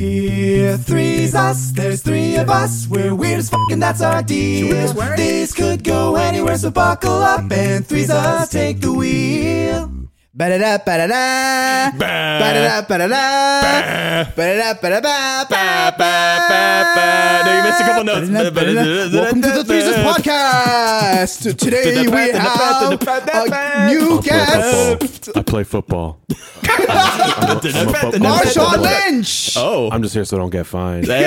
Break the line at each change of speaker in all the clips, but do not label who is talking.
We're three's us, there's three of us. We're weird as fuck, and that's our deal.
as work.
This could go anywhere, so buckle up and three's us take the wheel. Ba-da-da, ba-da-da. Ba-da-da, ba-da-da. Ba-da-da, ba-da-ba, ba, ba, ba, ba.
No, you missed a couple notes.
Welcome to the Threeses Podcast. Today we have a new guest,
I play football. I'm, a, I'm, a fo-
Marshawn Lynch.
Oh.
I'm just here so I don't get fined.
Hey,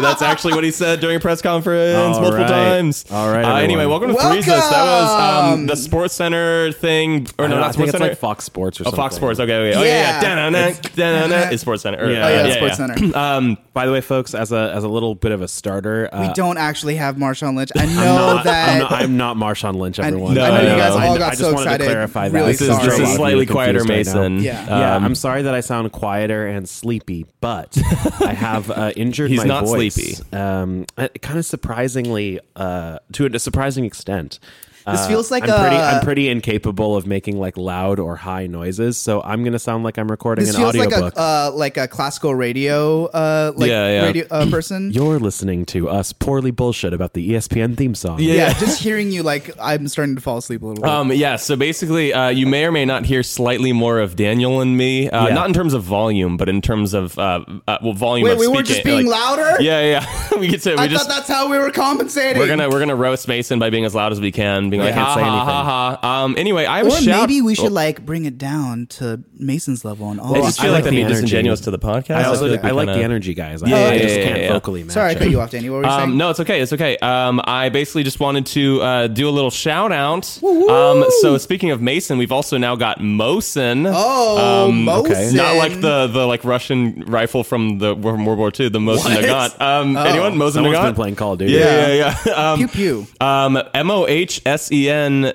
that's actually what he said during a press conference
All
multiple
right.
times.
All right,
Uh, anyway,
everyone.
welcome to Threeses. That was
Welcome.
um, the Sports Center thing, or
I
no,
don't know, I
not
think
Sports
it's
Center.
like Fox Sports or
Oh,
something.
Fox Sports. Okay, okay. Oh yeah, yeah.
Yeah.
Da-na-na, da-na-na is Sports Center. Or,
Yeah.
uh,
Oh, yeah,
yeah,
Sports
yeah.
Center.
um,
By the way, folks, as a as a little bit of a starter, uh,
We
Don't actually have Marshawn Lynch. I
I'm
know
not,
that.
I'm not, I'm not Marshawn Lynch. Everyone,
I know you guys
all got
I just
so
wanted
excited.
to clarify that.
Really
this is
sorry.
this
Sorry.
is slightly quieter, Mason.
Yeah.
yeah,
Um,
I'm sorry that I sound quieter and sleepy, but I have uh, injured
He's
my
not
voice.
sleepy.
Um, kind of surprisingly, uh, to a surprising extent.
This
Uh,
feels like
I'm pretty,
a-
I'm pretty incapable of making like loud or high noises, so I'm gonna sound like I'm recording
This
an
feels like
audiobook.
a uh, like a classical radio uh, like
Yeah, yeah.
radio uh, person.
You're listening to us poorly bullshit about the E ESPN theme song.
Yeah.
yeah, just hearing you like I'm starting to fall asleep a little bit.
Um, yeah, so basically, uh, you may or may not hear slightly more of Daniel and me, uh,
Yeah.
not in terms of volume, but in terms of uh, uh, well, volume.
Wait,
of
we were
speaking,
just being
like-
louder.
Yeah, yeah. we could say we
I
just
thought that's how we were compensating.
we're gonna we're gonna roast Mason by being as loud as we can, being like
can't
ha
say
ha, ha ha. Um, anyway, I
or
was shout-
maybe we should
Oh,
like bring it down to Mason's level and all.
I just
I
feel
like
like that'd
the
be
energy.
disingenuous to the podcast.
I also
feel like we
I like the
kinda-
energy, guys.
Yeah,
I, I
yeah,
just
yeah,
can't
yeah.
vocally match.
Sorry, I
it.
cut you off, Danny. What were you
Um,
saying?
no, it's okay. It's okay. Um, I basically just wanted to uh, do a little shout out. Um, so speaking of Mason, we've also now got Mosin.
Oh, Mosin.
Um, Not like the the like Russian rifle from the from World War II, the Mosin Nagant. Um,
Oh.
anyone? Mosin
Someone's
Nagant?
been playing Call of Duty.
Yeah, yeah, yeah.
pew pew.
Um, um, M O H S E N.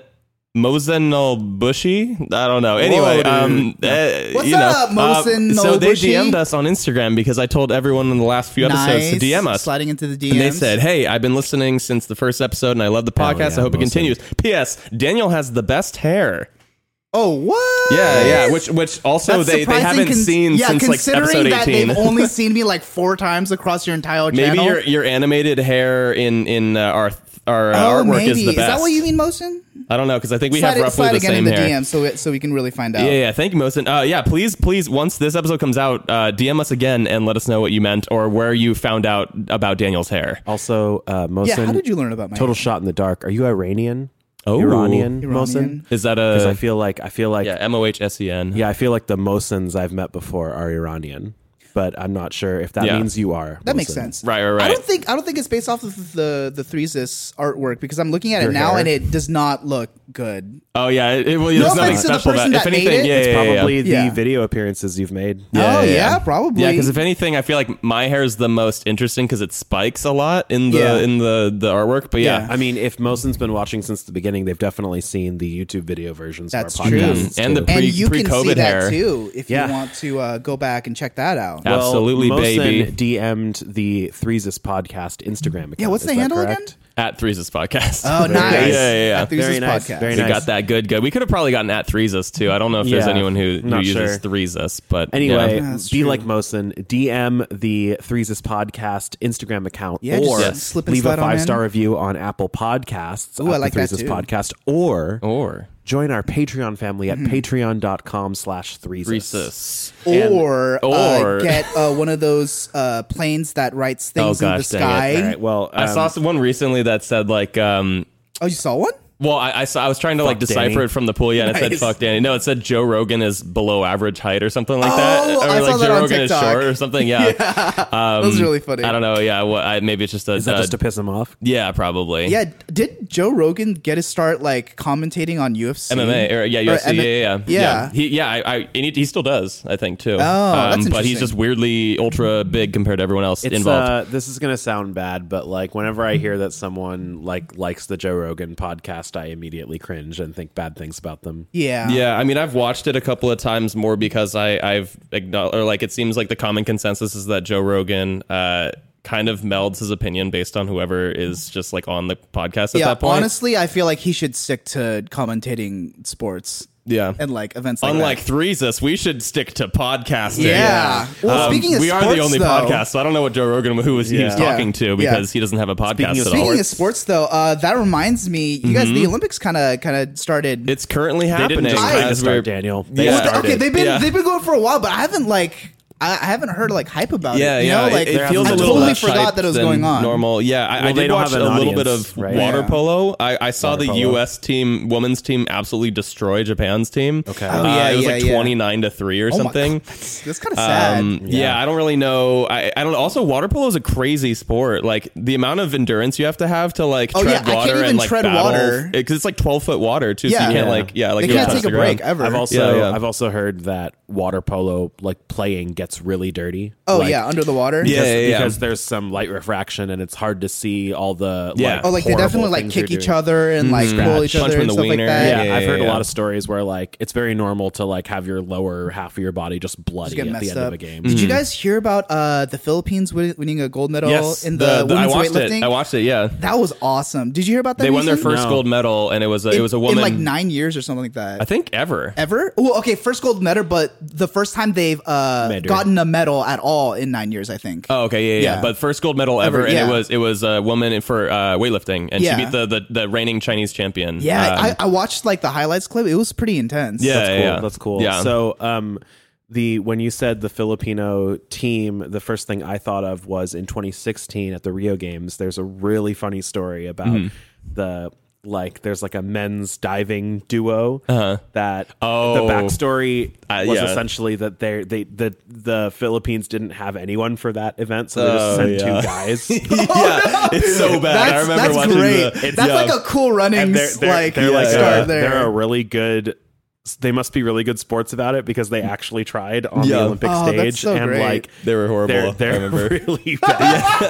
Mosin Bushy? I don't know. Anyway,
dude.
um, eh,
What's
you know,
up,
uh,
Mosin
so they
Nolbushi?
DM'd us on Instagram because I told everyone in the last few episodes to
nice.
DM us.
Sliding into the DMs.
And they said, "Hey, I've been listening since the first episode, and I love the podcast.
yeah,
I hope it
mostly.
continues." P.S. Daniel has the best hair.
"Oh, what?
Yeah, yeah. Which, which also
That's
they, they
surprising
haven't
cons-
seen
yeah,
since like
considering
episode
that
eighteen.
they've only seen me like four times across your entire
Maybe
channel.
your your animated hair in in uh, our our uh,
oh,
artwork
maybe.
is the best.
that what you mean, Mosin?
I don't know because I think we
slide
have
it-
roughly
slide
the
again
same
in the
hair.
DM so it, so we can really find out.
Yeah, yeah. Thank you, Mosin. Uh, yeah, please, please. Once this episode comes out, uh, DM us again and let us know what you meant or where you found out about Daniel's hair.
Also, uh, Mosin.
Yeah, how did you learn about my
Total shot in the dark. Are you Iranian?
Oh.
Iranian,
Iranian.
Mosin.
Is that
Because I
a
feel like I feel like
yeah?
yeah.
M O H S E N.
I feel like the Mosins I've met before are Iranian, but I'm not sure if that
Yeah.
means you are.
That makes
Mosin.
sense.
Right, right, right.
I don't think I don't think it's based off of the the Threesis artwork because I'm looking at
Your
it now
hair?
and it does not look good.
Oh yeah, it, it- well,
No
there's nothing
offense to the
special about
person
it. If
that made
anything,
it,
yeah,
it's
yeah, yeah, yeah.
Probably
Yeah.
the video appearances you've made.
oh yeah, probably.
Yeah, because if anything, I feel like my hair is the most interesting because it spikes a lot in the
Yeah.
in the the artwork. But yeah,
Yeah.
I mean, if Mosin's been watching since the beginning, they've definitely seen the YouTube video versions
That's
of our
true.
podcasts.
And
too.
the-
and
pre-
you can see
pre-COVID hair.
that too if
Yeah.
you want to uh, go back and check that out.
Yeah. Absolutely,
well,
baby.
Mosin DM'd the Threesis podcast Instagram account.
Yeah, what's
Is
the
that
handle
correct?
again?
at Threeses podcast.
Oh,
Very
nice.
good. Yeah, yeah, yeah.
At Threeses
Very nice,
Podcast.
very
we
nice.
got that good, good. We could have probably gotten at Threeses too. I don't know if there's
Yeah.
anyone who, who
Not
uses
sure.
Threeses, but
Anyway,
yeah.
that's
be
true.
like Mosin. DM the Threeses podcast Instagram account,
Yeah, just
or
Yes. slip and
leave a
slide on in.
five star review on Apple Podcasts.
Ooh, I
at
like
the
that
Threeses
too.
podcast, or
or
join our Patreon family
Mm-hmm.
at patreon.com/slash Threeses.
Threeses. And-
Or,
or-
uh, get uh, one of those uh, planes that writes
Oh
things in the
gosh,
sky.
dang it!
All right, well,
I
um,
saw one recently that said like. um
Oh, you saw one?
Well, I, I saw. I was trying to like
Fuck
decipher
Danny.
it from the pool. Yeah, and it said
Nice.
"fuck Danny." No, it said Joe Rogan is below average height or something like
Oh,
that, or
I
like
saw
Joe
that on
Rogan
TikTok.
is short or something. Yeah, Um,
was really funny.
I don't know. Yeah, what, I, maybe it's just a.
Is that
uh,
just to piss him off?
yeah, probably.
Yeah, did Joe Rogan get his start like commentating on UFC?
MMA or yeah, UFC,
M-
yeah, yeah, yeah,
yeah.
He, yeah, I, I and he, he still does, I think, too. Oh,
that's
but
interesting.
he's just weirdly ultra big compared to everyone else
It's,
involved.
Uh, this is gonna sound bad, but like whenever I hear that someone like likes the Joe Rogan podcast, I immediately cringe and think bad things about them.
Yeah.
Yeah, I mean, I've watched it a couple of times more because I, I've acknowledged, or like, it seems like the common consensus is that Joe Rogan uh, kind of melds his opinion based on whoever is just like on the podcast at
Yeah,
that point.
honestly, I feel like he should stick to commentating sports.
Yeah.
and like events like
Unlike
that.
Threesus, we should stick to podcasting.
Yeah. Well,
Um,
speaking of
we are the
sports,
only
though-
podcast, so I don't know what Joe Rogan who was he was
Yeah.
talking
Yeah.
to because he doesn't have a podcast
Speaking
at
of
all. Mm-hmm.
Speaking of sports, though, uh, that reminds me, you guys, the Olympics kind of kind of started.
it's currently
They
happening.
didn't just
I-
kind of
as we're-
start, Daniel. They
Yeah.
Well, th-
started.
okay, they've been
Yeah.
they've been going for a while, but I haven't like I, I haven't heard like hype about
yeah,
it. You
yeah.
know, like
it, it
they're
feels
having
a
I
little
totally
less
forgot
hype
that it was
than
going on.
Normal, yeah. I, I
Well, they
did
don't
watch
have
a
an
little bit
audience,
of
right?
water
Yeah.
polo. I, I saw
Water
the
polo.
U.S. team, women's team, absolutely destroy Japan's team.
Okay.
uh,
Oh,
yeah,
it was
yeah,
like
yeah.
twenty nine to three or
Oh my
something.
God, that's, kind of sad.
Um, yeah. I don't really know. I, I don't. Also, water polo is a crazy sport. Like the amount of endurance you have to have to like
Oh, yeah, I
tread
can't
water
even
and like
tread
water
water.
because it's like twelve foot water too. so
Yeah.
you can't
Yeah.
like yeah like
they
you
can't
touch
take a
the ground.
break ever.
I've also
yeah.
I've also heard that water polo like playing gets really dirty.
oh
Like,
yeah, under the water.
Yeah.
because, because there's some light refraction and it's hard to see all the
Yeah.
Like,
Oh, like they
horrible
definitely like
things you're
kick each
doing.
other and like pull each
Mm-hmm. Punch
other
him in
and
the
stuff like
wiener.
that.
Yeah,
Yeah,
I've
yeah,
heard a
yeah.
lot of stories where like it's very normal to like have your lower half of your body just bloody
get
at the
messed
end of
up.
a game.
Mm-hmm.
Did you guys hear about uh, the Philippines win- winning a gold medal
yes.
in the,
I
women's
watched
weightlifting?
it. I watched it. Yeah.
that was awesome. Did you hear about that?
They won their
recently?
first
No.
gold medal, and it was a, it
In-
was a woman.
in like nine years or something like that.
I think ever.
Ever? Well, okay, first gold medal, but the first time they've uh,
Medal.
gotten a medal at all in nine years, I think.
Oh, okay, yeah, yeah, yeah.
Yeah.
But first gold medal ever,
Ever,
and
yeah.
it was it was a woman in- for uh, weightlifting, and
Yeah.
she beat the, the the reigning Chinese champion.
yeah,
Um,
I, I watched like the highlights clip. It was pretty intense.
Yeah.
That's cool.
yeah.
That's cool.
Yeah.
So, um, the when you said the Filipino team, the first thing I thought of was in 2016 at the Rio Games. There's a really funny story about
Hmm.
the like. There's like a men's diving duo that
Oh.
the backstory
Uh,
was
yeah.
essentially that they they the the Philippines didn't have anyone for that event, so they
Oh,
just sent
yeah.
two guys.
yeah, it's so bad. I
That's,
remember
that's
watching
great.
the. um,
that's
yeah.
like a cool running
and they're, they're,
like,
they're like
start
uh,
there.
they're a really good they must be really good sports about it because they actually tried on
Yeah.
the Olympic
Oh, that's
stage
so
and
great.
like
They were horrible,
They're,
I
they're
remember.
really bad.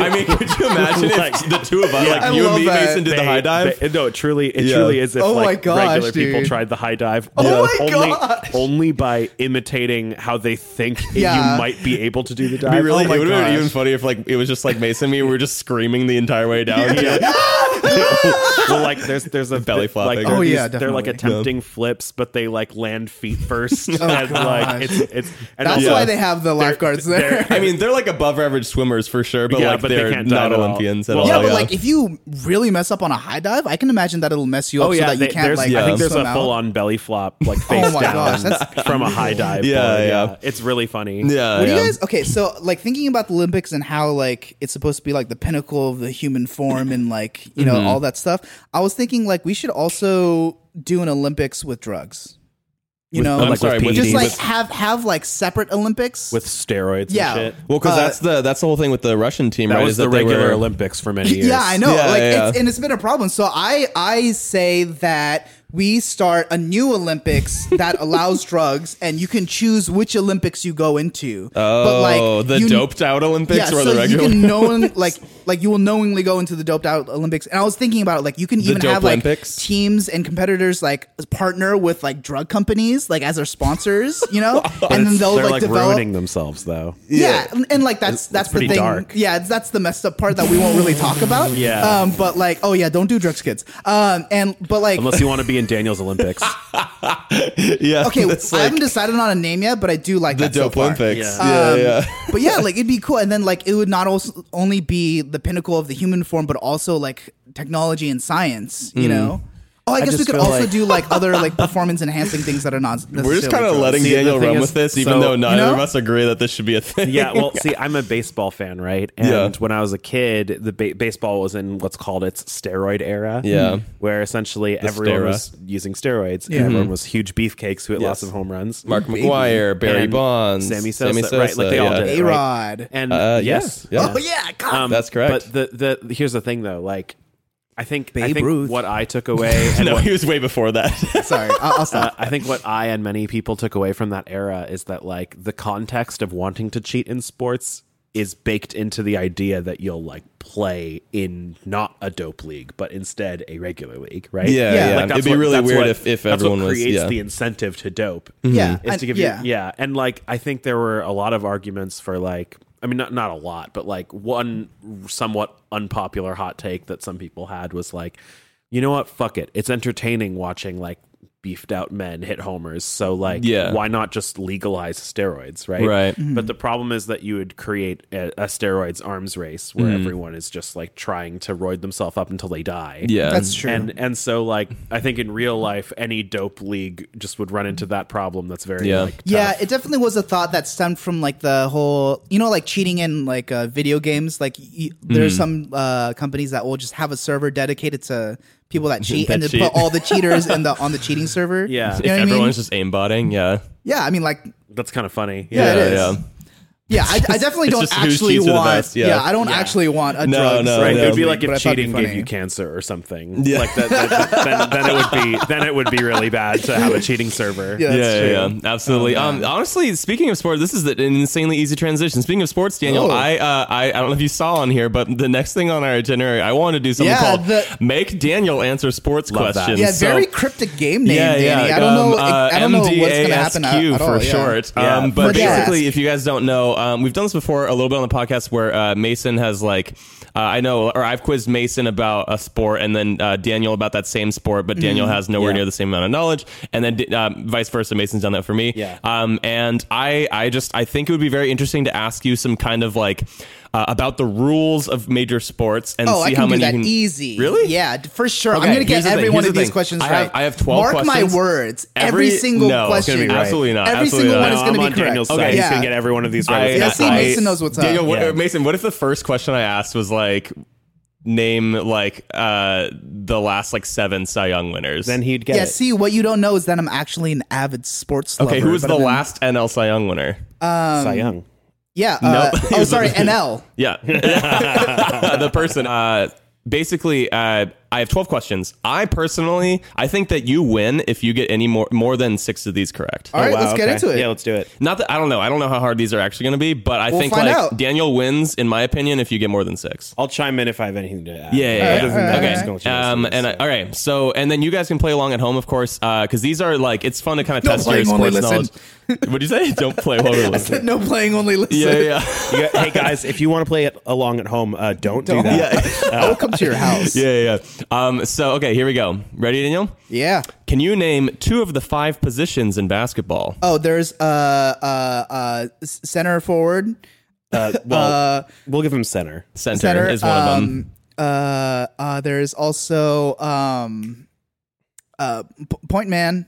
I mean, could you imagine if
Like-
the two of us,
I
like you and
love
me,
that.
Mason, did the
they-
high dive?
they- no, it truly it
Yeah.
truly is if
Oh my
like
gosh,
regular people
dude.
tried the high dive.
Oh
but
my
only,
gosh.
only by imitating how they think
Yeah. Oh
you might be able to do the dive.
We really,
my
it would have been
gosh.
even funny if like it was just like Mason and me. We were just screaming the entire way down. Yeah.
well, like there's there's a
Belly
like,
flopping.
there are
Oh, yeah,
these- they're like
definitely. Oh,
attempting flips, but they like land feet first, and like
gosh.
it's it's and
that's
Yeah.
also,
why they have the lifeguards there.
I mean, they're like above average swimmers for sure, but
Yeah,
like
but they
they're
can't
not
dive at all.
Olympians at all.
Well,
yeah,
Oh,
but
yeah.
like if you really mess up on a high dive, I can imagine that it'll mess you
Oh
up so
yeah,
that you
they-
can't
there's,
like
I think
Yeah.
there's
swim
a
out. Oh
full on belly flop, like face
my
down
gosh, that's
from a high dive.
Yeah,
bar,
yeah.
it's really funny.
yeah,
What do
yeah.
you guys? Okay, so like thinking about the Olympics and how like it's supposed to be like the pinnacle of the human form and like you know
Mm-hmm.
all that stuff. I was thinking like we should also do an Olympics with drugs. You know,
I'm
like,
sorry,
with
with
PEDs.
just like
with-
have have like separate Olympics.
with steroids.
Yeah.
and shit.
well, because
uh,
that's the that's the whole thing with the Russian team,
that
right?
was
is
the
that they
regular
were,
Olympics for many years.
yeah, I know.
Yeah,
like,
yeah,
It's,
yeah.
and it's been a problem. So I I say that we start a new Olympics that allows drugs, and you can choose which Olympics you go into. Oh, but
Oh, the
you-
doped out Olympics
yeah,
or
so
the regular?
you can knowing like like you will knowingly go into the doped out Olympics. And I was thinking about it, like you can even
dope
have like
Olympics?
teams and competitors like partner with like drug companies like as their sponsors, you know, and then they'll
they're
like,
like,
develop.
ruining themselves though.
yeah, and, and, like that's that's the
pretty
thing.
dark.
Yeah, it's- that's the messed up part that we won't really talk about.
Yeah.
um, but like, oh yeah, don't do drugs, kids. Um, and but like,
Unless you want to be in Daniel's Olympics,
yeah,
okay,
that's
I
like
haven't decided on a name yet, but I do like
the
that so
dope
far.
Olympics.
Yeah.
Yeah,
Um,
yeah.
but yeah, like it'd be cool, and then like it would not also only be the pinnacle of the human form, but also like technology and science. You know. Oh, I guess we
Hmm. just
could
feel
also
like-
do like other like performance enhancing things that are not.
We're just kind of letting
See, the
Daniel
thing
run
is-
with this, even
so-
though neither
know?
of us agree that this should be a thing.
yeah. Well, see, I'm a baseball fan, right? And
Yeah.
when I was a kid, the ba- baseball was in what's called its steroid era.
Yeah.
where essentially everyone
stera.
was using steroids. And everyone was huge beefcakes who hit lots
Mm-hmm. Yes.
of home runs.
Mark McGuire, Barry
and
Bonds,
Sammy Sosa, right? Like they all
yeah.
did.
A
it, right?
Rod.
And
Uh,
yes,
yeah, yeah.
Oh yeah, God.
Um,
That's correct.
But the, the here's the thing though, like I think, I
Babe
think
Ruth.
what I took away, and
No,
what,
he was way before that.
Sorry, I'll, I'll
uh,
stop.
I think what I and many people took away from that era is that like the context of wanting to cheat in sports is baked into the idea that you'll like play in not a dope league, but instead a regular league, right?
Yeah, Yeah. yeah.
Like, that's
It'd be really
that's
weird if- if
that's
everyone
what
was-
creates
yeah.
the incentive to dope.
Yeah,
is
and-
to give
yeah.
you yeah and like i think there were a lot of arguments for like i mean not not a lot but like one somewhat unpopular hot take that some people had was like you know what fuck it it's entertaining watching like beefed out men hit homers. So like,
Yeah.
why not just legalize steroids, right?
Right.
Mm-hmm.
But the problem is that you would create a, a steroids arms race where
Mm-hmm.
everyone is just like trying to roid themselves up until they die.
Yeah.
That's true.
And and so like I think in real life any dope league just would run into that problem. That's very
Yeah.
like tough.
yeah, it definitely was a thought that stemmed from like the whole, you know, like cheating in like uh, video games. Like y- there's
Hmm.
some uh, companies that will just have a server dedicated to people that cheat, and
That
they
cheat.
put all the cheaters in the on the cheating server.
Yeah.
you
If
know what I mean?
Everyone's just aimbotting. Yeah.
yeah, I mean, like
That's kind of funny.
Yeah, it
yeah.
is. Yeah, I, I definitely
It's
don't
just who
actually
cheats are the
want.
best, yeah.
yeah. I don't actually want a
No,
drugs.
no,
Right,
no.
Uh, it would be like
But I
if
thought it'd be
cheating gave
funny.
you cancer or something. Yeah. Like that, that, that- then, then it would be then it would be really bad to have a cheating server.
Yeah, that's
yeah,
true.
yeah, yeah, absolutely. um, honestly, speaking of sports, this is an insanely easy transition. Speaking of sports, Daniel,
Oh.
I, uh, I I don't know if you saw on here, but the next thing on our agenda, I want to do something
Yeah,
called
the-
"Make Daniel Answer Sports
Love that.
Questions."
Yeah,
So-
very cryptic game name,
yeah,
Danny.
yeah.
I don't know.
um, uh,
I don't know what's gonna happen at,
MDASQ
at
for
all, yeah.
short.
Yeah.
Um, but
For sure.
basically, if you guys don't know, um, we've done this before a little bit on the podcast where uh, Mason has like. Uh, I know, or I've quizzed Mason about a sport, and then uh, Daniel about that same sport, but Daniel
Mm-hmm.
has nowhere
Yeah.
near the same amount of knowledge, and then um, vice versa. Mason's done that for me,
Yeah.
um, and I, I just, I think it would be very interesting to ask you some kind of like uh, about the rules of major sports and
Oh,
see
I
how
can do
many
that
you can,
easy.
Really?
Yeah, d- for sure.
Okay,
I'm gonna
here's
get
the thing,
every one
here's
of
the
these
thing.
questions
I have-
right.
I have 12
Mark
questions.
my words. Every,
Every-
single
no, it's
question.
gonna be right. Absolutely not,
Every
absolutely not.
single one is
No,
going
I'm
to
on
be correct.
Daniel's side.
Yeah.
He's gonna get every one of these right.
I-
He's
Yeah,
gonna
see,
I-
Mason knows what's up.
Daniel, what,
Yeah.
Mason, what if the first question I asked was like, name like uh the last like seven Cy Young winners?
then he'd get
yeah,
it.
see, what you don't know is that I'm actually an avid sports lover.
okay, who was
but
the
I'm in-
last NL Cy Young winner?
Um,
Cy Young.
Yeah. Uh,
Nope.
oh, sorry, NL.
yeah, the person. Uh, basically, uh, I have twelve questions. I personally, I think that you win if you get any more more than six of these correct.
All right, let's get into it.
Oh, Yeah, let's do it.
Not that I don't know. I don't know how hard these are actually going to be, but I think
find
like
out.
Daniel wins, in my opinion, if you get more than six.
I'll chime in if I have anything to add.
Yeah, yeah, yeah.
Other than that,
okay.
I'm just going through this
um,
list,
and
so.
I, all right, so and then you guys can play along at home, of course, because these are like it's fun to kind of
No
test your
playing while
sports
we
knowledge. What'd you say? Don't play while we listen.
no playing, only listen.
Yeah, yeah,
You got- hey guys, if you want to play it along at home, uh, don't, do that.
I will come to your house.
yeah, yeah. yeah. Um, so okay, here we go. Ready, Daniel?
Yeah.
Can you name two of the five positions in basketball?
Oh, there's uh uh uh s- center forward,
Uh, well, we'll give him center.
Center,
center
is one of them.
um, Uh, uh, there's also um, uh, p- point man,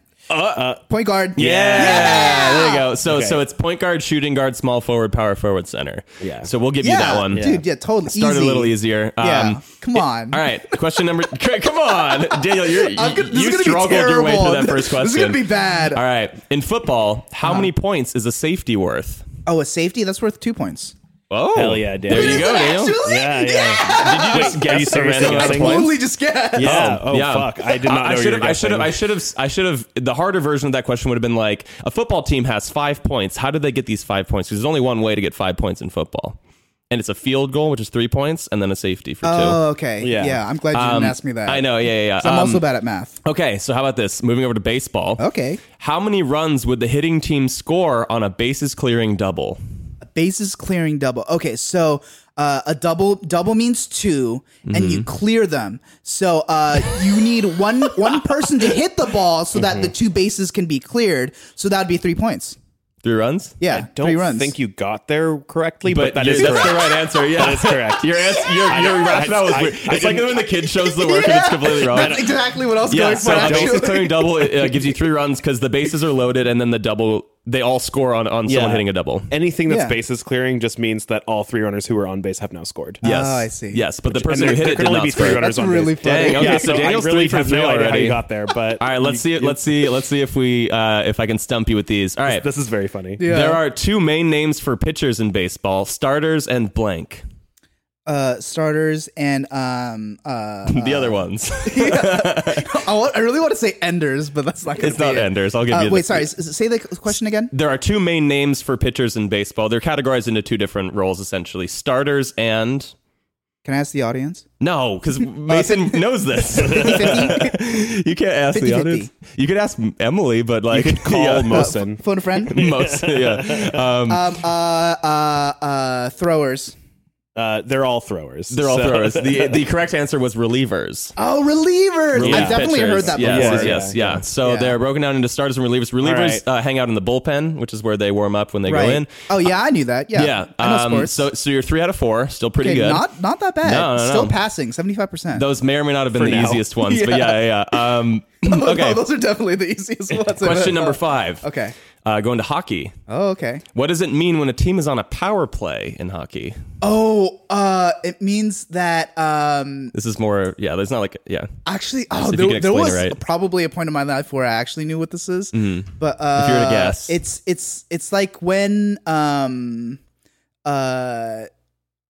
point guard.
Uh, Yeah, there you go. So,
Okay.
so it's point guard, shooting guard, small forward, power forward, center.
Yeah.
So we'll give
yeah,
you that one.
dude. Yeah, totally.
Start
easy.
a little easier. Um,
Yeah, come on.
All right, question number. come on, Daniel, you're,
I'm gonna, this
you
is gonna
struggled
be terrible.
your way through that first question.
this is gonna be bad. Uh-huh.
All right, in football, how many points is a safety worth?
Oh, a safety that's worth two points.
Oh,
Hell yeah, Daniel.
There you
Is
go,
it
Daniel.
actually?
Yeah, yeah.
Did you just
are you
guess the
seriously
random amount of
guessing?
points?
Totally just guess.
Yeah. Oh,
yeah.
fuck! I did not
I
know
should
you
have.
were
I should have.
guessing.
I should have. I should have. The harder version of that question would have been like, a football team has five points. How did they get these five points? Because there's only one way to get five points in football, and it's a field goal, which is three points, and then a safety for two.
Oh, okay.
Yeah.
Yeah. I'm glad you
Um,
didn't ask me that.
I know. Yeah, yeah. yeah.
'Cause I'm
Um,
also bad at math.
Okay, so how about this? Moving over to baseball.
Okay.
How many runs would the hitting team score on a bases clearing double?
bases clearing double. Okay, so uh, a double double means 2 and you clear them. So uh, you need one one person to hit the ball so that the two bases can be cleared. So that'd be three points.
Three runs?
Yeah,
Don't
three runs.
think you got there correctly, but, that
you're-
is
that's
correct.
the right answer. Yeah,
That is correct.
Your answer, your, your rationale was
I-
weird.
I
it's like
didn't-
when the kid shows the work and it's completely wrong.
That's exactly what I was
yeah,
going
so
for.
a bases
Actually.
clearing double it, uh, gives you three runs because the bases are loaded and then the double they all score on on someone
Yeah.
hitting a double.
Anything that's
Yeah.
bases clearing just means that all three runners who were on base have now scored.
Yes,
Oh, I see.
Yes, but the
And
person
there,
who hit
there
it
can
did
only
not
be
score.
three runners
That's
on
really
base.
funny.
Dang, okay,
yeah,
so
so I
Daniel's
really
three for
have
three
no idea how
already.
you got there, but
All right, let's see. Let's see. Let's see if we uh, if I can stump you with these. All right,
this is very funny.
Yeah.
There are two main names for pitchers in baseball: starters and blank.
Uh, starters and um, uh,
the other ones,
I, wa- I really want to say enders, but that's not. Gonna
it's not
be it.
enders. I'll give
Uh,
you.
wait,
the,
sorry. s- s- Say the c- question again.
There are two main names for pitchers in baseball. They're categorized into two different roles, essentially: starters and
Can I ask the audience?
no, because
Oh,
Mason knows this. you can't ask the
50-50.
audience. You could ask Emily, but like
Call
yeah,
Mosin.
Uh, Phone a friend.
most, yeah.
um, uh, uh, uh, throwers.
Uh, they're all throwers.
They're all
So-
throwers. The the correct answer was relievers.
Oh, relievers!
Relief
I've definitely
pitchers.
heard that before.
Yes, yes,
Yeah,
yes,
yeah,
yeah. So
Yeah.
they're broken down into starters and relievers. Relievers
Alright.
uh, hang out in the bullpen, which is where they warm up when they
Right.
go in.
Oh yeah, I knew that. Yeah,
Yeah.
I know
um,
sports.
so so you're three out of four, still pretty
okay,
good.
not not that bad.
No, no, no.
Still passing, seventy five percent.
Those may or may not have been the
now.
easiest ones, but yeah, yeah. yeah. Um, okay.
those are definitely the easiest ones.
Question number five.
Okay.
Uh, going to hockey.
Oh, okay.
What does it mean when a team is on a power play in hockey?
Oh, uh, it means that um,
This is more. Yeah, there's not like yeah.
actually, oh,
if you
there,
can
there
explain it
was
right.
probably a point in my life where I actually knew what this is. But uh,
If you were to guess.
it's it's it's like when um, uh,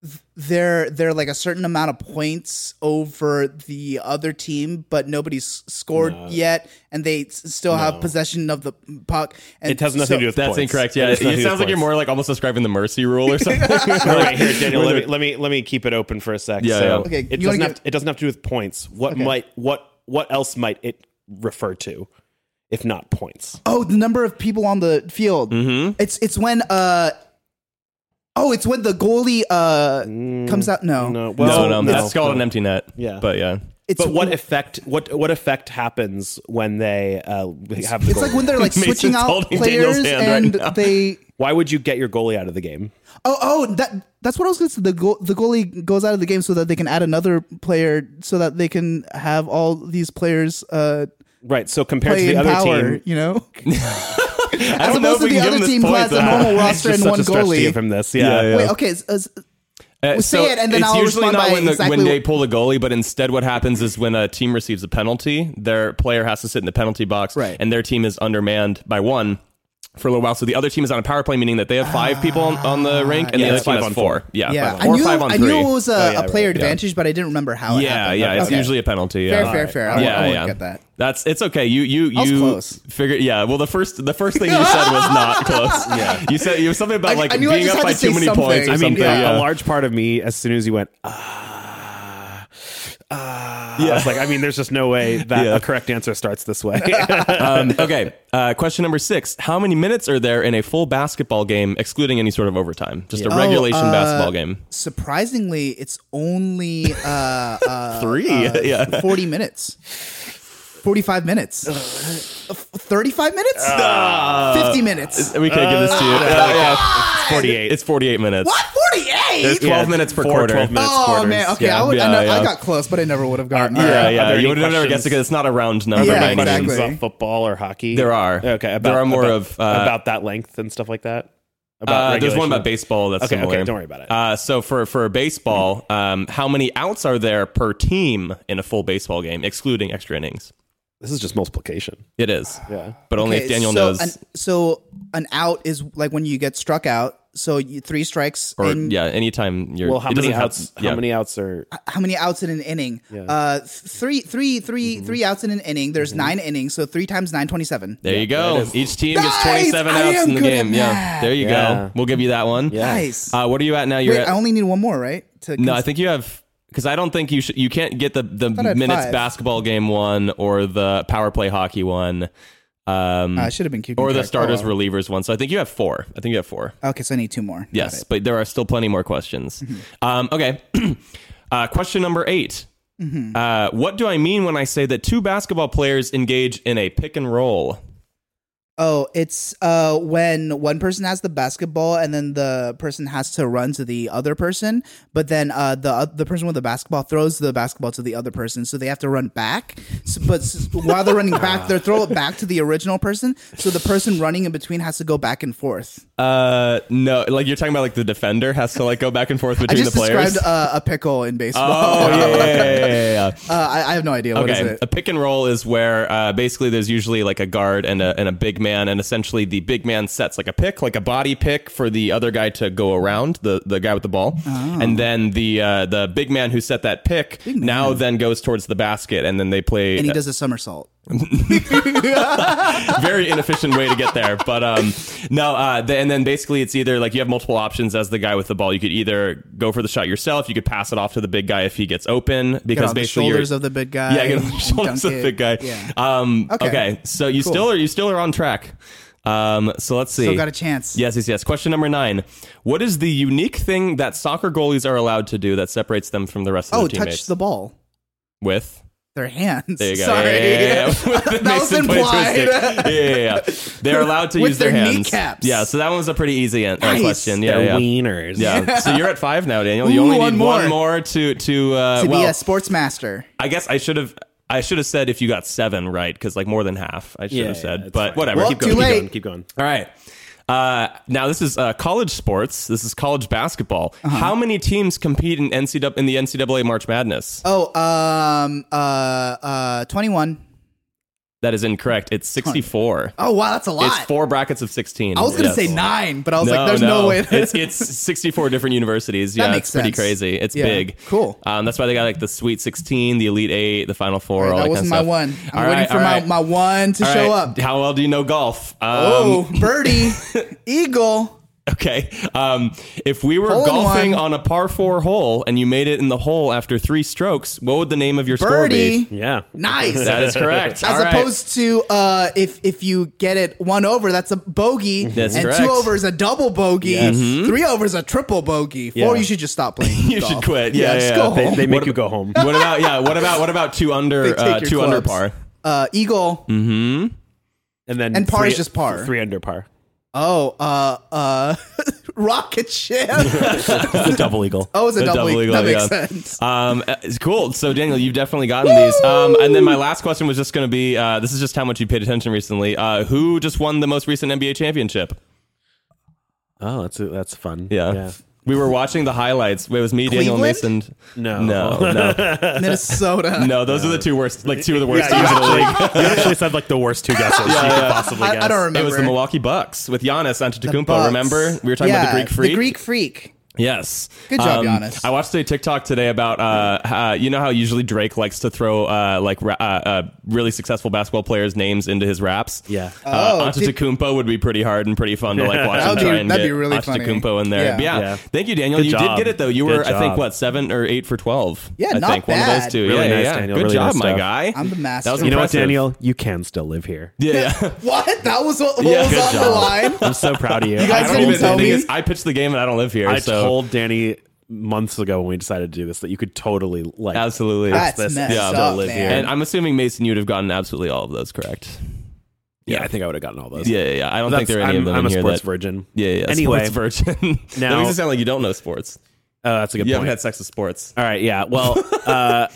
th- they're they're like a certain amount of points over the other team, but nobody's scored yet, and they s- still have possession of the puck. And
It has nothing
so-
to do with
That's
points.
incorrect. Yeah,
has
it,
nothing to do
sounds
with
like you're
points.
more like almost describing the mercy rule or something.
All right, here, Daniel. let, me, let me let me keep it open for a sec.
Yeah,
so
yeah.
Okay,
it
you wanna
doesn't have
give-
it doesn't have to do with points. What might what what else might it refer to, if not points?
Oh, the number of people on the field. It's it's when uh oh, it's when the goalie uh comes out. No,
No,
no,
well,
no,
no.
that's called an empty net.
Yeah.
but yeah,
it's
but what effect what what effect happens when they uh, have the
It's
goal?
like when they're like
Mason's
switching out
holding Daniel's
players
hand
and
right now.
they.
Why would you get your goalie out of the game?
Oh, oh, that that's what I was going to say. The goal, the goalie goes out of the game so that they can add another player, so that they can have all these players uh,
Right. So compared to
play
the
in
other
power.
team,
You know,
I
as
don't know
opposed
if
to
we
the
can give
other
him this
team who
point,
has a
though.
normal
it's
roster
just
and
such
one
a stretch to
goalie.
give him this.
Yeah,
Yeah.
yeah.
Wait, okay, s- uh, s-
Uh,
Well, say it, and then
it's
I'll
usually
respond
not
by
when, the,
exactly
when
what-
they pull the goalie, but instead, what happens is when a team receives a penalty, their player has to sit in the penalty box,
Right.
and their team is undermanned by one for a little while. So the other team is on a power play, meaning that they have five people on, on
Ah,
the rink, and
Yeah,
the other
it's
team
five
has
on
four.
four.
Yeah,
yeah,
five
I
on- or
knew
five on
I
three. Oh,
knew it was a,
yeah,
a player
right, yeah.
advantage, but I didn't remember how. it
yeah,
happened.
yeah, it's
Okay.
usually a penalty. Yeah.
fair, fair, fair. I,
Yeah,
yeah, I
yeah.
won't get that.
That's it's okay. You you
I was
you
close.
figure yeah. Well, the first the first thing you said was not close. yeah, you said you was something about
I-
like
I knew I
being
just
up
had
by
to say
too many
something.
points or
I mean,
something.
yeah,
yeah.
a large part of me, as soon as you went, ah, ah, yeah. I was like, I mean, there's just no way that
Yeah.
a correct answer starts this way.
um, okay. Uh, question number six: How many minutes are there in a full basketball game, excluding any sort of overtime? Just a regulation
Oh, uh,
basketball game.
surprisingly, it's only uh, uh,
Three. yeah.
forty minutes, forty-five minutes, thirty-five minutes,
Uh,
fifty minutes.
We can't give this to you.
Uh,
Yeah, yeah.
It's 48.
It's 48 minutes.
What
There's
forty-eight?
12 minutes per
four
quarter.
12 minutes
Oh
quarters.
man, okay, I,
Yeah,
would, I, know,
yeah, yeah.
I got close, but I never would have gotten. it.
Yeah, yeah.
there
You
any
would have never guessed
questions?
because it's not a round number.
Yeah,
by any
Any questions
exactly.
on football or hockey?
There are.
Okay. About,
There are more
about-
of, uh,
about that length and stuff like that.
Uh, there's one
regulation?
about baseball that's
Okay, okay,
similar.
don't worry about it.
Uh, so for for baseball, um, how many outs are there per team in a full baseball game, excluding extra innings?
This is just multiplication.
It is,
Yeah.
but only if
Okay,
Daniel
so
knows.
An, so an out is like when you get struck out. So you, three strikes.
or
and
yeah, anytime you're.
Well, how
it
many
doesn't have-
outs?
yeah.
How many outs are?
how many outs in an inning? Uh, th- three, three, three- three outs in an inning. There's nine innings, so three times nine, twenty-seven.
There you go. Each team gets
Nice!
27
I
outs
am
in the
good
game.
at
Yeah.
math.
There you
Yeah.
go. We'll give you that one.
Yeah.
Nice.
Uh, what are you at now? You're
Wait,
at,
I only need one more, right? To
no, I think you have because I don't think you should. You can't get the the
I had
minutes
five.
basketball game one or the power play hockey one, um,
I should have been keeping
or the
track.
starters
Oh, well.
relievers one. So I think you have four. I think you have four.
okay, so I need two more. Got
Yes,
it. Mm-hmm.
but there are still plenty more questions. Um, okay. uh, question number 8
Mm-hmm.
Uh, what do I mean when I say that two basketball players engage in a pick and roll?
Oh, it's uh when one person has the basketball and then the person has to run to the other person, but then uh the oth- the person with the basketball throws the basketball to the other person, so they have to run back. So, but s- while they're running back, they throw it back to the original person, so the person running in between has to go back and forth.
Uh, no, like you're talking about like the defender has to like go back and forth
I
between
just
the players.
described uh, a pickle in baseball.
oh yeah, yeah, yeah, yeah, yeah, yeah.
Uh, I, I have no idea what is
okay,
it.
a pick and roll is where uh, basically there's usually like a guard and a and a big man, and essentially the big man sets like a pick, like a body pick for the other guy to go around the the guy with the ball,
Oh.
and then the uh, the big man who set that pick now then goes towards the basket, and then they play
And he does a somersault.
very inefficient way to get there. But um, no, uh, the, and then basically it's either like you have multiple options as the guy with the ball. You could either go for the shot yourself, you could pass it off to the big guy if he gets open,
Get
because
on the
basically you're-
shoulders of the big guy.
yeah, get on the
and
shoulders of
dunk it.
the big guy.
Yeah.
Um, okay.
Okay.
so you still are you still are on track. Um, so let's see.
Still got a chance.
Yes, yes, yes. Question number nine. What is the unique thing that soccer goalies are allowed to do that separates them from the rest of
Oh,
their teammates?
touch the ball.
With?
Their hands.
There you go.
Sorry.
Yeah, yeah, yeah.
That
Makes
was
them point to a stick.
implied.
Yeah, yeah, yeah. They're allowed to
With
use their,
their
hands.
kneecaps.
Yeah, so that one's a pretty easy an- uh,
Nice.
question. Yeah,
They're
yeah.
wieners.
Yeah. So you're at five now, Daniel. you
Ooh,
only
one
need
more.
one more to to. Uh,
to
well,
be a sports master.
I guess I should have. I should have said if you got seven right, because like more than half, I should
Yeah,
have
yeah,
said.
it's
but
fine.
whatever.
Well,
keep going.
too
Keep
late.
going. Keep going.
All right. Uh, now this is uh, college sports. This is college basketball.
Uh-huh.
How many teams compete in NCAA in the NCAA March Madness?
Oh, um, uh, uh, 21.
That is incorrect. It's sixty-four.
Oh, wow, that's a lot.
It's four brackets of sixteen.
I was going to
Yes.
say nine, but I was like, there's no, way.
it's it's 64 different universities. Yeah,
makes
it's pretty
sense.
crazy. It's
Yeah.
big.
Cool.
Um, that's why they got like the Sweet 16, the Elite Eight, the Final Four. all
that
that
wasn't my
kind of stuff.
one. I'm
All
waiting
right,
for
all
my,
right.
my one to
All
show
right.
up.
How well do you know golf? Um,
oh, birdie, eagle.
Okay. Um, if we were
Hole in
golfing
one.
on a par four hole and you made it in the hole after three strokes, what would the name of your
birdie.
score be?
Yeah.
Nice.
That is correct.
As
All right.
opposed to uh, if if you get it one over, that's a bogey,
That's
and two
correct.
over is a double bogey,
Yes.
three over is a triple bogey. Four,
Yeah.
you should just stop playing.
You
golf.
should quit. Yeah,
just
yeah,
go
yeah.
home.
They make you go home.
What about yeah? What about what about two
They
under
take
uh,
your
two under par?
clubs. Uh, eagle.
And then
And par is
three-
just par.
Three under par.
Oh, uh, uh, rocket ship.
It's a double eagle.
Oh, it's a
The
double,
double
eagle.
eagle,
That makes
yeah.
sense.
Um, uh, it's cool. So Daniel, you've definitely gotten these. Um, and then my last question was just going to be: uh, this is just how much you paid attention recently. Uh, who just won the most recent NBA championship?
Oh, that's that's fun.
Yeah. We were watching the highlights. It was me, Daniel
Cleveland?
Mason.
No.
No, no,
Minnesota.
no. Those are the two worst, like two of the worst teams in the league.
you actually said like the worst two guesses you could possibly
I,
guess.
I don't remember.
It was the Milwaukee Bucks with Giannis Antetokounmpo.
Bucks.
Remember, we were talking
Yeah,
about the Greek freak.
The Greek freak.
yes. Um,
Good job, Giannis.
I watched a TikTok today about uh, uh, you know how usually Drake likes to throw uh, like ra- uh, uh, really successful basketball players' names into his raps.
Yeah.
Uh,
Oh, did-
Antetokounmpo would be pretty hard and pretty fun to like watch
That'd
and
be-
try and
that'd
get
be really funny.
Antetokounmpo in there.
Yeah.
But yeah.
Yeah.
Thank you, Daniel.
Good
you
job.
did get it though. You
Good
were, I think,
job.
what seven or eight for twelve.
Yeah,
I
not
think one of
bad.
those two.
Really
yeah,
nice,
yeah.
Daniel.
Good
Really
job,
nice
my
stuff.
guy.
I'm the master.
That was
You know what,
Impressive.
Daniel? You can still live here.
yeah. yeah.
What? That was what, what
Yeah,
was
good
on the
job.
line?
I'm so proud of you.
guys
I don't
didn't
even.
tell
The thing
me?
is, I pitched the game and I don't live here.
I
so
told Danny months ago when we decided to do this that you could totally like.
absolutely.
That's
this-
messed
yeah,
up,
live
man.
here.
And I'm assuming Mason, you'd have gotten absolutely all of those correct.
Yeah, I think I would have gotten all those.
Yeah, yeah. yeah. I don't think there are any
I'm,
of them
I'm
in
a
here
sports
that.
virgin.
Yeah, yeah.
Anyway,
sports virgin. that
Now-
makes it sound like you don't know sports.
Oh, that's a good
You haven't
point.
had sex with sports.
All right, yeah. Well, uh,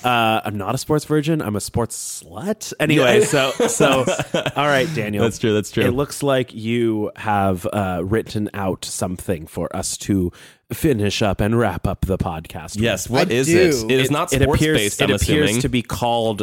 uh, I'm not a sports virgin. I'm a sports slut. Anyway, so so. All right, Daniel.
That's true. That's true.
It looks like you have uh, written out something for us to finish up and wrap up the podcast. with.
Yes. What
I
is
do.
it? It is not
it
sports
appears
based.
it
I'm
appears
assuming.
to be called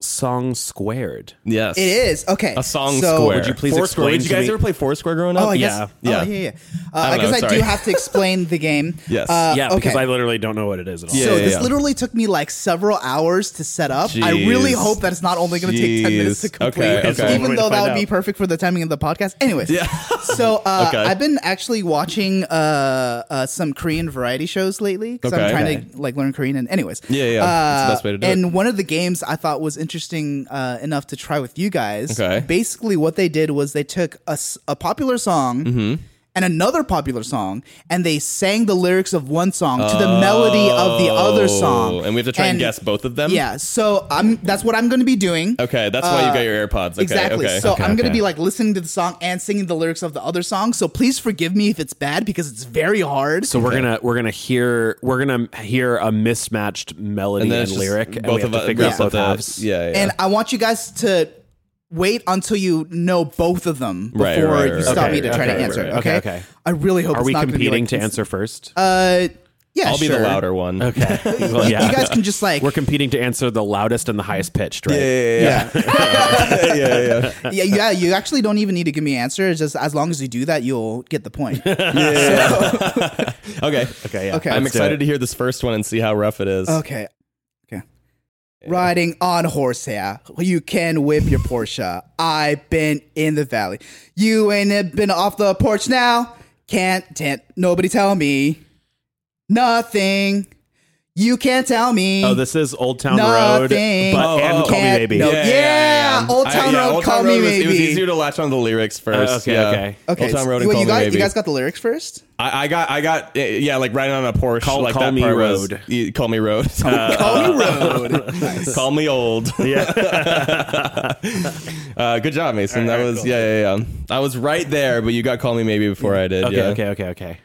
Song Squared.
yes.
It is okay.
a song
so,
square.
Would you please
Foursquare.
explain
Did you
to
guys
me-
ever play Foursquare growing up?
Oh, I
Yeah,
guess.
yeah.
Oh, yeah, yeah. Uh, I,
don't
guess
know,
I
sorry.
do have to explain the game.
Yes.
Uh,
yeah, because
okay.
I literally don't know what it is at all.
Yeah,
so
yeah,
this
yeah.
literally took me like several hours to set up. I really
Jeez.
hope that it's not only going to take ten minutes to
Jeez.
complete,
Okay, okay. That's
one
even
way
though
to
that
find
would be
out.
perfect for the timing of the podcast. Anyways,
Yeah.
so uh,
Okay.
I've been actually watching uh, uh, some Korean variety shows lately because I'm
Okay.
trying
Okay.
to like learn Korean. And anyways,
Yeah, yeah, yeah. That's the best way to do
and
it.
one of the games I thought was interesting uh, enough to try with you guys.
Okay.
Basically, what they did was they took a, s- a popular song
Mm-hmm.
and another popular song, and they sang the lyrics of one song to the melody of the other
Oh,
song,
and we have to try and, guess both of them.
Yeah. So I'm. That's what I'm going to be doing.
Okay, that's why you got your AirPods. Okay,
Exactly.
okay.
so
okay.
I'm gonna
okay.
be like listening to the song and singing the lyrics of the other song. So please forgive me if it's bad because it's very hard.
So we're gonna we're gonna hear we're gonna hear a mismatched melody and,
then it's just
lyric, and we
both
have
of
to
us-
figure
yeah.
out both
the-
halves.
Yeah, yeah.
and I want you guys to wait until you know both of them before
Right, right,
you
right,
stop
right.
me to
Okay,
try
okay,
to answer.
right,
it,
right.
okay?
Okay, okay.
I really hope.
Are
it's
we
not gonna be,
competing
like,
to
ins-
answer first?
Uh, yeah,
I'll be the
sure.
louder one. Okay.
Well, yeah.
You guys can just like
We're competing to answer the loudest and the highest pitched, right?
Yeah, yeah, yeah. yeah, yeah.
yeah, yeah, you actually don't even need to give me an answer. It's just as long as you do that, you'll get the point.
Okay.
Okay, yeah.
Okay.
I'm
Let's
do
excited
it.
to hear this first one and see how rough it is.
Okay. Okay. Riding on horsehair, you can whip your Porsche. I've been in the valley. You ain't been off the porch now. Can't, can't nobody tell me nothing. You can't tell me.
Oh, this is Old Town
Nothing
Road, but
Oh,
and
oh,
Call Me
can't-
Baby.
no. Yeah, Old
I-
Town Road,
Old
Call
Town
Me
Road was- It was
Maybe.
easier to latch on the lyrics first.
Uh, okay,
yeah.
okay.
okay,
Old Town
so-
Road and
wait,
Call
you
Me
guys,
Baby.
You guys got the lyrics first.
I, I got, I got, uh, yeah, like riding on a Porsche.
Call-
like
Call
that
Me
part was-
Road. Oh,
y- call me road. Uh,
Call me road. Nice.
call me old.
Yeah.
Uh, good job, Mason. that was, yeah, yeah, yeah. I was right there, but you got call me maybe before I did.
okay,
yeah.
okay, okay, okay.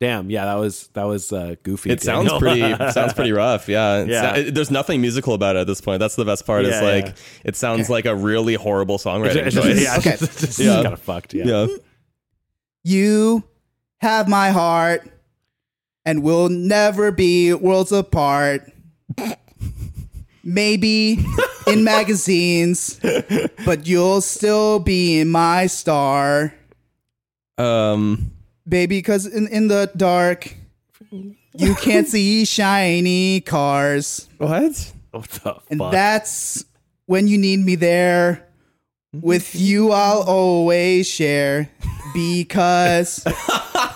Damn, yeah, that was that was uh, goofy.
It sounds
Daniel.
pretty. it sounds pretty rough. Yeah. It's-
Yeah.
it- there's nothing musical about it at this point. That's the best part. It's
Yeah,
like
yeah.
it sounds like a really horrible songwriting
It's
choice.
just-
yeah.
yeah,
Okay.
okay. Just, just
Yeah.
kind of fucked. Yeah.
You have my heart, and we'll never be worlds apart. Maybe in magazines, but you'll still be my star,
Um.
baby. Because in, in the dark, you can't see shiny cars,
What?
What the
and
fuck?
that's when you need me there. With you, I'll always share because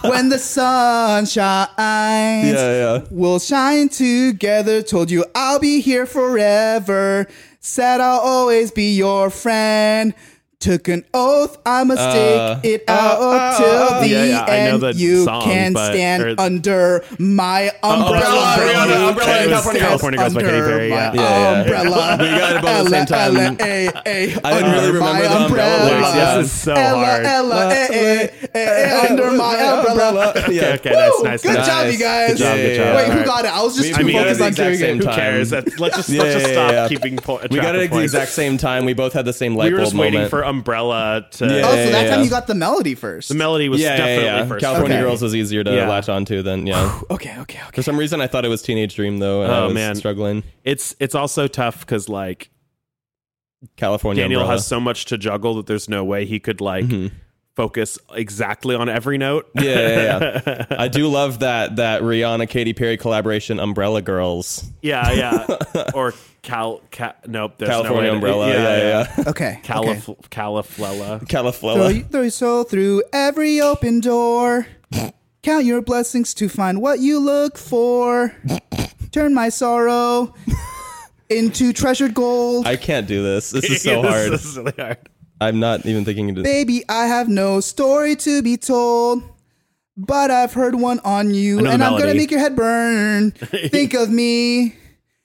when the sun shines,
Yeah, yeah.
We'll shine together. Told you I'll be here forever. Said I'll always be your friend. Took an oath, I'ma stick
Uh,
it out
uh,
till
uh,
the
yeah, yeah, I know
end.
that
you
song,
can
but-
stand
or-
under my
er,
umbrella.
Oh, Umbrella,
You
Umbrella,
can
California
stand
Girls. California Girls by
under
Katy Perry, yeah.
Yeah,
my
yeah, yeah.
umbrella.
We got it both at the same time.
Ella, Ella, eh, eh,
I didn't
under
really remember
my
the umbrella lyrics, yeah.
This is so
Ella,
hard.
Ella, eh, eh, eh, eh, under my umbrella.
Yeah.
Okay, okay, nice,
Woo!
nice,
Oh, Good
nice.
job, you guys.
Good job, good
Yeah, yeah,
job.
Wait, who
Alright.
got it? I was just
We-
too
we got it
focused
the
on
exact
hearing
same
it.
Who
time.
cares? That's- Let's just
Yeah,
let's just
yeah,
stop
yeah.
keeping po- track
We got it
of
at the
points.
exact same time. We both had the same light
We were
bulb
just waiting
moment.
for Umbrella to.
Oh, so
Yeah,
that
yeah,
time
yeah.
you got the melody first.
the melody was
yeah, yeah,
definitely
yeah.
first.
California
Okay.
Girls was easier to
Yeah.
latch onto than yeah.
okay, okay, okay.
For some reason, I thought it was Teenage Dream though, and I
Oh,
was
man.
struggling.
It's it's also tough because like
California
Daniel
Umbrella. Mm-hmm.
has so much to juggle that there's no way he could like focus exactly on every note.
yeah, yeah, yeah. I do love that that Rihanna Katy Perry collaboration, Umbrella Girls,
yeah, yeah. or Cal, Cal nope, there's
California
no way to-
Umbrella. Yeah, yeah. yeah.
Okay. okay.
Calif- Califlella.
Throw,
Califlella.
you- throw your soul through every open door. Count your blessings to find what you look for. Turn my sorrow into treasured gold.
I can't do this. This is so
This
hard.
is really hard.
I'm not even thinking. Into-
Baby, I have no story to be told, but I've heard one on you,
know the
and I'm gonna
melody.
make your head burn. Think of me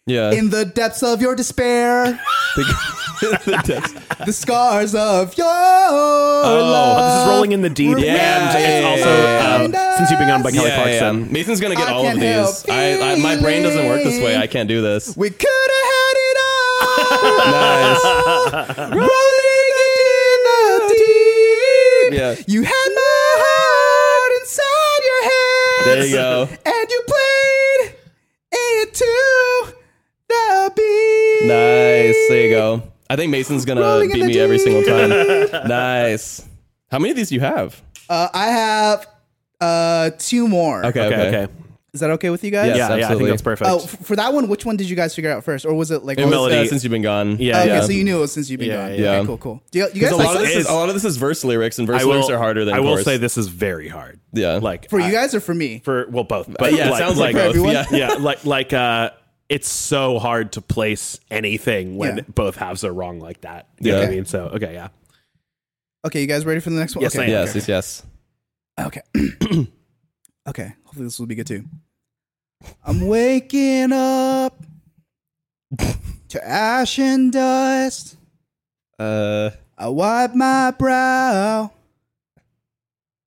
yeah.
in the depths of your despair.
The depths.
the scars of your
Oh, this
love.
is rolling in the deep.
Yeah,
and
yeah,
it's
yeah,
also
yeah.
um, since you've been on by Kelly
yeah, yeah,
Clarkson.
yeah. Mason's gonna get
I
all of
can't
these.
help
I, I, my brain doesn't work this way.
feeling.
I can't do this.
We could have had it
Nice.
all. rolling in the deep.
Yeah.
You had my heart inside your
There
hands.
you go.
And you played it to the beat.
Nice. There you go. I think Mason's gonna
Rolling in
beat
the
me every single time. nice. How many of these do you have?
Uh, I have uh, two more.
Okay.
Okay,
Okay.
okay.
Is that okay with you guys?
Yes,
Yeah, yeah, I think
absolutely.
that's perfect.
Oh, f- for that one, which one did you guys figure out first, or was it like?
It
was-
was, uh,
Melody.
since you've been gone.
Yeah.
Okay,
yeah.
so you knew it was since you've been
Yeah,
gone.
yeah.
Okay, cool, cool. Do you, you guys
Because a
like
lot of
this?
this is
it's-
a lot of this is verse lyrics, and verse
I will,
lyrics are harder than.
I will
chorus.
say this is very hard.
Yeah.
Like
for
I-
you guys or for me?
for well both.
Uh,
But
yeah, it
like,
sounds like,
for
both.
everyone?
Yeah.
yeah, like like uh it's so hard to place anything when
Yeah.
both halves are wrong like that. You know
Yeah.
what I mean? So okay, yeah.
Okay, you guys ready for the next one?
Yes,
okay.
I am.
Yes. Yes. Yes.
Okay. okay. Hopefully this will be good too. I'm waking up to ash and dust.
Uh.
I wipe my brow,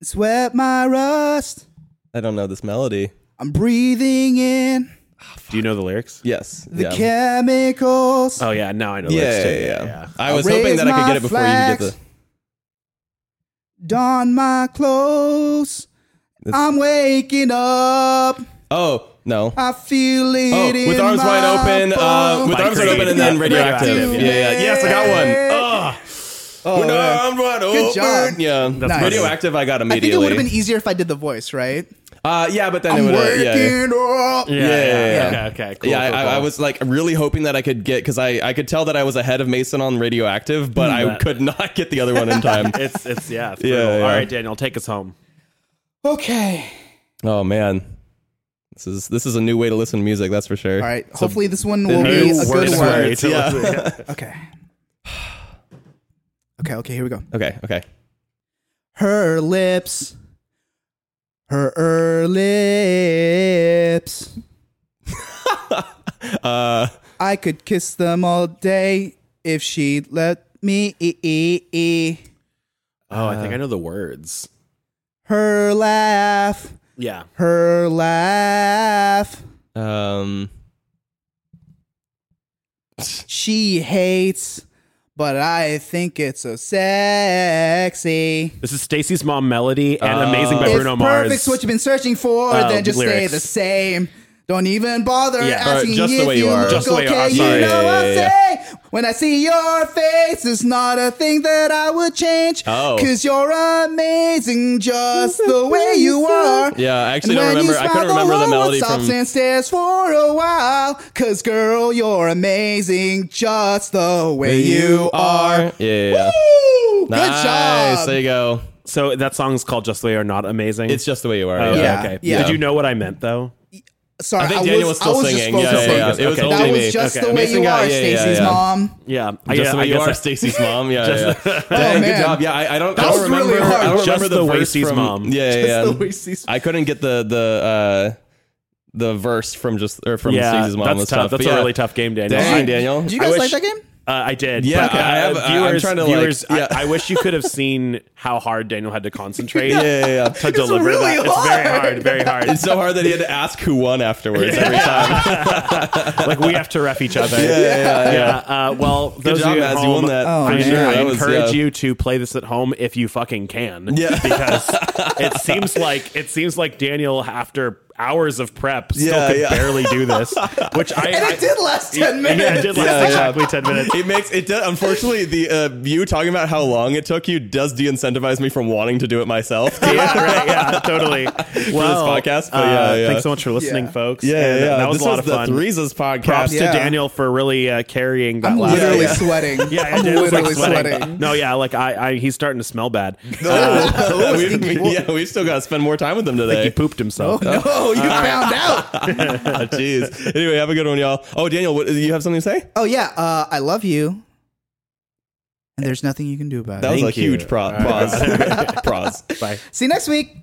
and sweat my rust.
I don't know this melody.
I'm breathing in
Do you know the lyrics?
Yes.
the
yeah. Uh.
chemicals.
Oh yeah, now I know the
yeah, yeah,
lyrics too.
yeah, yeah. I
I'll
was hoping
raise
that I could
my
get it before you could get the.
flags. Don my clothes. I'm waking up.
Oh no.
I feel it
Oh,
in
with arms
my
wide open, uh,
bones.
with
By
arms wide
Creed.
open, and then
Yeah,
radioactive.
Radioactive.
Yeah, yeah, yeah. Yes, I got one. Ugh. Oh, with
yeah.
arms wide
Good job.
open. Yeah,
Nice.
radioactive. I got
I think it
immediately.
would have been easier if I did the voice, right?
uh, yeah, but then
I'm
it would. have
waking
Yeah, yeah.
up.
Yeah, yeah, yeah,
yeah,
Okay, okay, cool.
yeah, I,
cool, cool.
I was like really hoping that I could get because I, I could tell that I was ahead of Mason on radioactive, but I
That-
could not get the other one in time.
it's it's yeah, it's
Yeah,
brutal.
yeah.
All right, Daniel, take us home.
Okay.
oh man, This is this is a new way to listen to music. That's for sure.
All right. Hopefully, this one will be
New
a good
worst
one.
way to
Yeah.
listen.
Okay. Okay. Okay. Here we go.
Okay. Okay.
Her lips. Her er lips.
Uh,
I could kiss them all day if she let me.
Oh, I think I know the words.
Her laugh.
Yeah.
Her laugh.
um,
She hates, but I think it's so sexy.
This is Stacy's Mom Melody and
Oh.
Amazing by
it's
Bruno Mars.
perfect. What you've been searching for,
Uh,
then just
lyrics.
stay the same. Don't even bother
Yeah.
asking
Or just the
if
way
you
you are.
look
Just the way
okay.
you are.
you
Sorry.
know
Yeah,
I
yeah,
say when I see your face, it's not a thing that I would change.
Oh.
cause you're amazing just the way you are.
yeah. I
And
actually
when
don't
you
remember. I
smile,
couldn't remember the
whole world
melody
stops
from.
and stares for a while. Cause girl, you're amazing just the way you are.
Yeah.
Woo! Good
Nice.
job.
There you go.
so that song's called Just the Way You're Not Amazing.
It's just the way you are.
Oh, okay,
Yeah,
okay.
yeah.
Did you know what I meant though?
Sorry,
I
I,
think Daniel
was,
was still
I was
singing.
Just
Yeah,
focusing.
yeah, yeah. It was
Okay.
only
That
me.
was just
Okay.
the way
Amazing
you
guy.
are,
Yeah, yeah,
Stacy's
yeah.
mom.
Yeah. I,
Just the
I
way you
guess
are,
I-
Stacy's mom. Yeah, yeah. Dang, good
man.
job. Yeah, I, I don't. I
That
don't
was
remember.
really hard.
I don't
Just
remember
the
the verse
Wacy's
from.
mom.
Yeah, yeah. yeah.
That's the way she's-
I couldn't get the the uh, the verse from just or from
yeah,
Stacy's mom.
that's
was
tough.
tough.
That's
But
a
yeah.
really tough game, Daniel.
Dang,
I-
Daniel.
Did you
I
guys
wish-
like that game?
Uh, I did.
Yeah,
but, uh,
I have- I- I'm
viewers,
trying to, like-
viewers,
yeah.
I, I wish you could have seen how hard Daniel had to concentrate
Yeah, yeah, yeah.
to deliver
really
that. It's very hard, very hard.
It's so hard that he had to ask who won afterwards every time.
like we have to ref each other. Yeah,
yeah,
Uh, well, those
job,
of you at
Maz, you
home,
won that.
Oh,
I,
man.
I
That was-
encourage
yeah.
you to play this at home if you fucking can.
Yeah.
because it seems like it seems like Daniel after hours of prep still
Yeah,
could
yeah.
barely do this, which I
And it did last 10
I, yeah, it
minutes.
did last
Yeah, yeah.
exactly ten minutes.
It makes it. Does, unfortunately, the uh, you talking about how long it took you does de-incentivize me from wanting to do it myself.
yeah, right. Yeah, totally. Well,
podcast, but yeah,
uh,
yeah.
thanks so much for listening,
Yeah.
folks.
Yeah,
And,
yeah,
uh,
yeah.
that was
this
a lot of
the
fun.
Threeses podcast.
Props
Yeah.
to Daniel for really uh, carrying that
I'm
last.
literally
yeah.
sweating.
Yeah, yeah
I'm
Daniel's,
literally
like sweating.
sweating.
No, yeah, like I, I, he's starting to smell bad.
Uh, we, we- yeah, we still got to spend more time with them
He
today.
pooped himself.
Oh, you found out.
Ah, Jeez. anyway, have a good one, y'all. Oh, Daniel, what, you have something to say?
Oh, yeah. Uh, I love you. And there's nothing you can do about
That was
it.
a
Thank you.
huge pro- pause. pause.
See you next week.